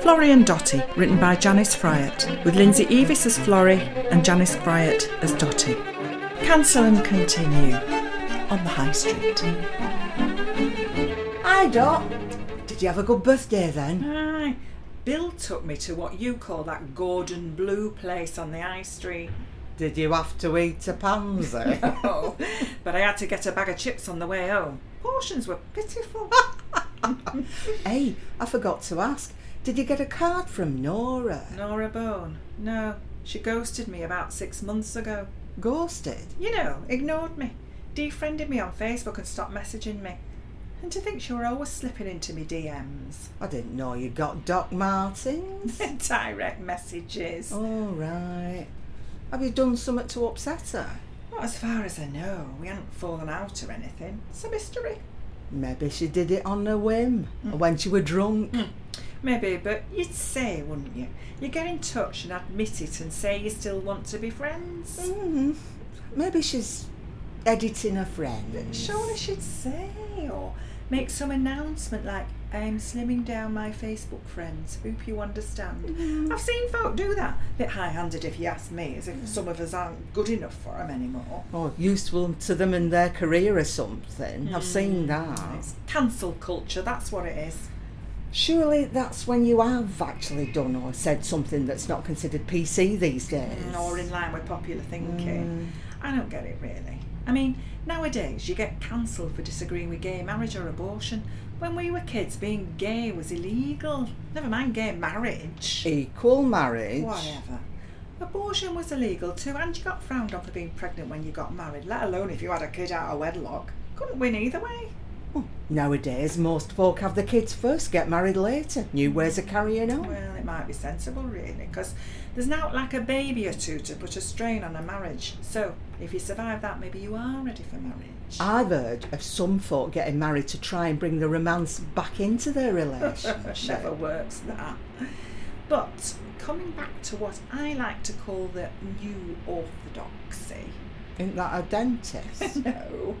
Florrie and Dotty, written by Janice Fryatt, with Lindsay Evis as Florrie and Janice Fryatt as Dotty. Cancel and continue on the High Street. Hi, Dot. Did you have a good birthday then? Aye. Bill took me to what you call that Gordon Blue place on the High Street. Did you have to eat a pansy? Oh, but I had to get a bag of chips on the way home. Portions were pitiful. hey, I forgot to ask. Did you get a card from Nora? Nora Bone. No, she ghosted me about six months ago. Ghosted? You know, ignored me, defriended me on Facebook and stopped messaging me. And to think she were always slipping into me DMs. I didn't know you got Doc Martens. Direct messages. All right. Have you done something to upset her? Not as far as I know. We hadn't fallen out or anything. It's a mystery. Maybe she did it on a whim, or when she were drunk. Maybe, but you'd say, wouldn't you? You get in touch and admit it and say you still want to be friends. Mm. Maybe she's editing her friend. Surely she'd say, or make some announcement like, I'm slimming down my Facebook friends. Hope you understand. I've seen folk do that. Bit high handed if you ask me, as if some of us aren't good enough for 'em anymore. Or useful to them in their career or something. I've seen that. It's cancel culture, that's what it is. Surely that's when you have actually done or said something that's not considered PC these days. Mm. or in line with popular thinking. I don't get it really. I mean, nowadays you get cancelled for disagreeing with gay marriage or abortion. When we were kids, being gay was illegal. Never mind gay marriage. Equal marriage. Whatever. Abortion was illegal too, and you got frowned on for being pregnant when you got married, let alone if you had a kid out of wedlock. Couldn't win either way. Nowadays, most folk have the kids first, get married later. New ways of carrying on. Well, it might be sensible, really, because there's now like a baby or two to put a strain on a marriage. So, if you survive that, maybe you are ready for marriage. I've heard of some folk getting married to try and bring the romance back into their Never relationship. works that. But coming back to what I like to call the new orthodoxy. Isn't that a dentist? No.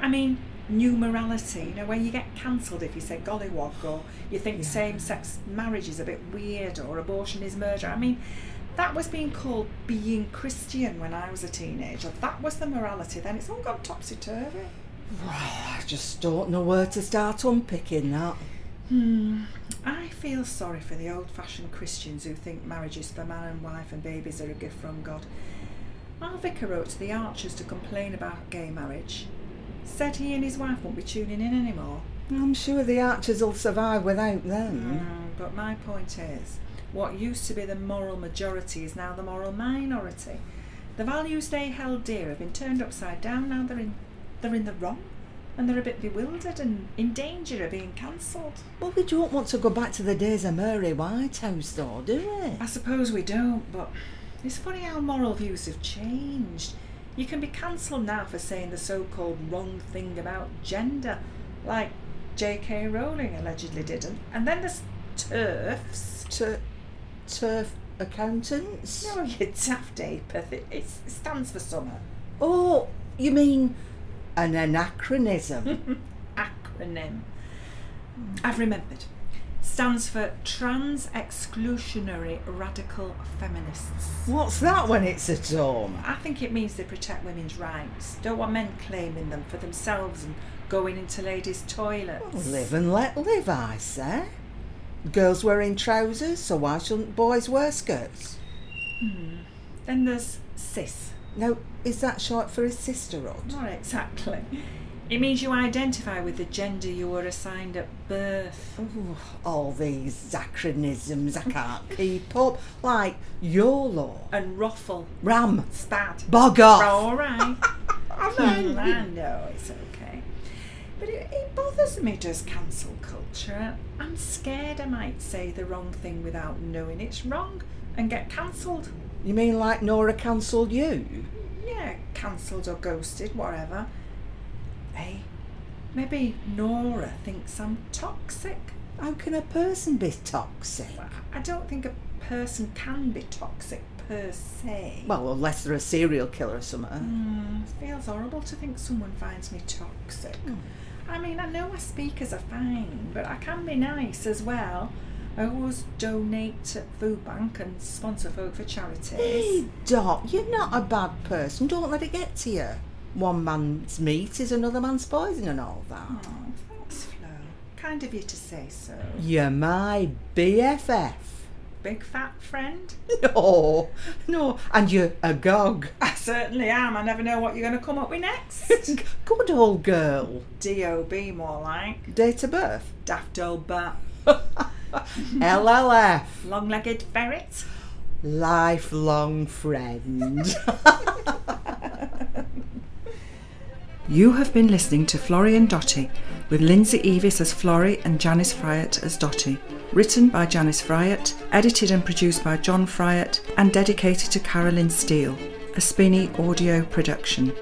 I mean, new morality, you know, where you get cancelled if you say gollywog or you think Yeah. same sex marriage is a bit weird or abortion is murder. I mean, that was being called being Christian when I was a teenager. That was the morality then. It's all gone topsy turvy. well, I just don't know where to start unpicking that. Hmm. I feel sorry for the old fashioned Christians who think marriage is for man and wife and babies are a gift from God. Our vicar wrote to the Archers to complain about gay marriage. Said he and his wife won't be tuning in anymore. I'm sure the archers will survive without them. Mm, but my point is, what used to be the moral majority is now the moral minority. The values they held dear have been turned upside down. Now they're in, they're in the wrong, and they're a bit bewildered and in danger of being cancelled. Well, we don't want to go back to the days of Murray Whitehouse, though, do I we? suppose we don't, but it's funny how moral views have changed. You can be cancelled now for saying the so called wrong thing about gender, like J.K. Rowling allegedly did. And, and then there's turfs. Tur- turf accountants? No, you daft apeth. It, it stands for summer. Oh, you mean an anachronism? Acronym. I've remembered. Stands for Trans Exclusionary Radical Feminists. What's that when it's at home? I think it means they protect women's rights. Don't want men claiming them for themselves and going into ladies' toilets. Live and let live, I say. Girls wearing trousers, so why shouldn't boys wear skirts? Then there's cis. Now, is that short for his sisterhood? Not exactly. It means you identify with the gender you were assigned at birth. Ooh, all these acronyms I can't keep up. Like YOLO, And ruffle, RAM, spad. bog off. All right. know. I know, it's okay. But it, it bothers me, does cancel culture. I'm scared I might say the wrong thing without knowing it's wrong and get cancelled. You mean like Nora cancelled you? Yeah, cancelled or ghosted, whatever. Hey, maybe Nora thinks I'm toxic. How can a person be toxic? But I I don't think a person can be toxic per se. Well, unless they're a serial killer or something. Mm, feels horrible to think someone finds me toxic. I mean, I know I speak as I find, but I can be nice as well. always donate to food bank and sponsor folk for charities. Hey, Doc, you're not a bad person. Don't let it get to you. One man's meat is another man's poison and all oh, that. thanks, Flo. Kind of you to say so. You're my BFF. Big fat friend? No, no, and you're a gog. I certainly am. I never know what you're going to come up with next. Good old girl. D.O.B. more like. Date of birth? Daft old bat. LLF. Long legged ferret. Lifelong friend. You have been listening to Florrie and Dottie with Lindsay Evis as Florrie and Janice Fryatt as Dottie. Written by Janice Fryatt, edited and produced by John Fryatt, and dedicated to Carolyn Steele. A Spinny audio production.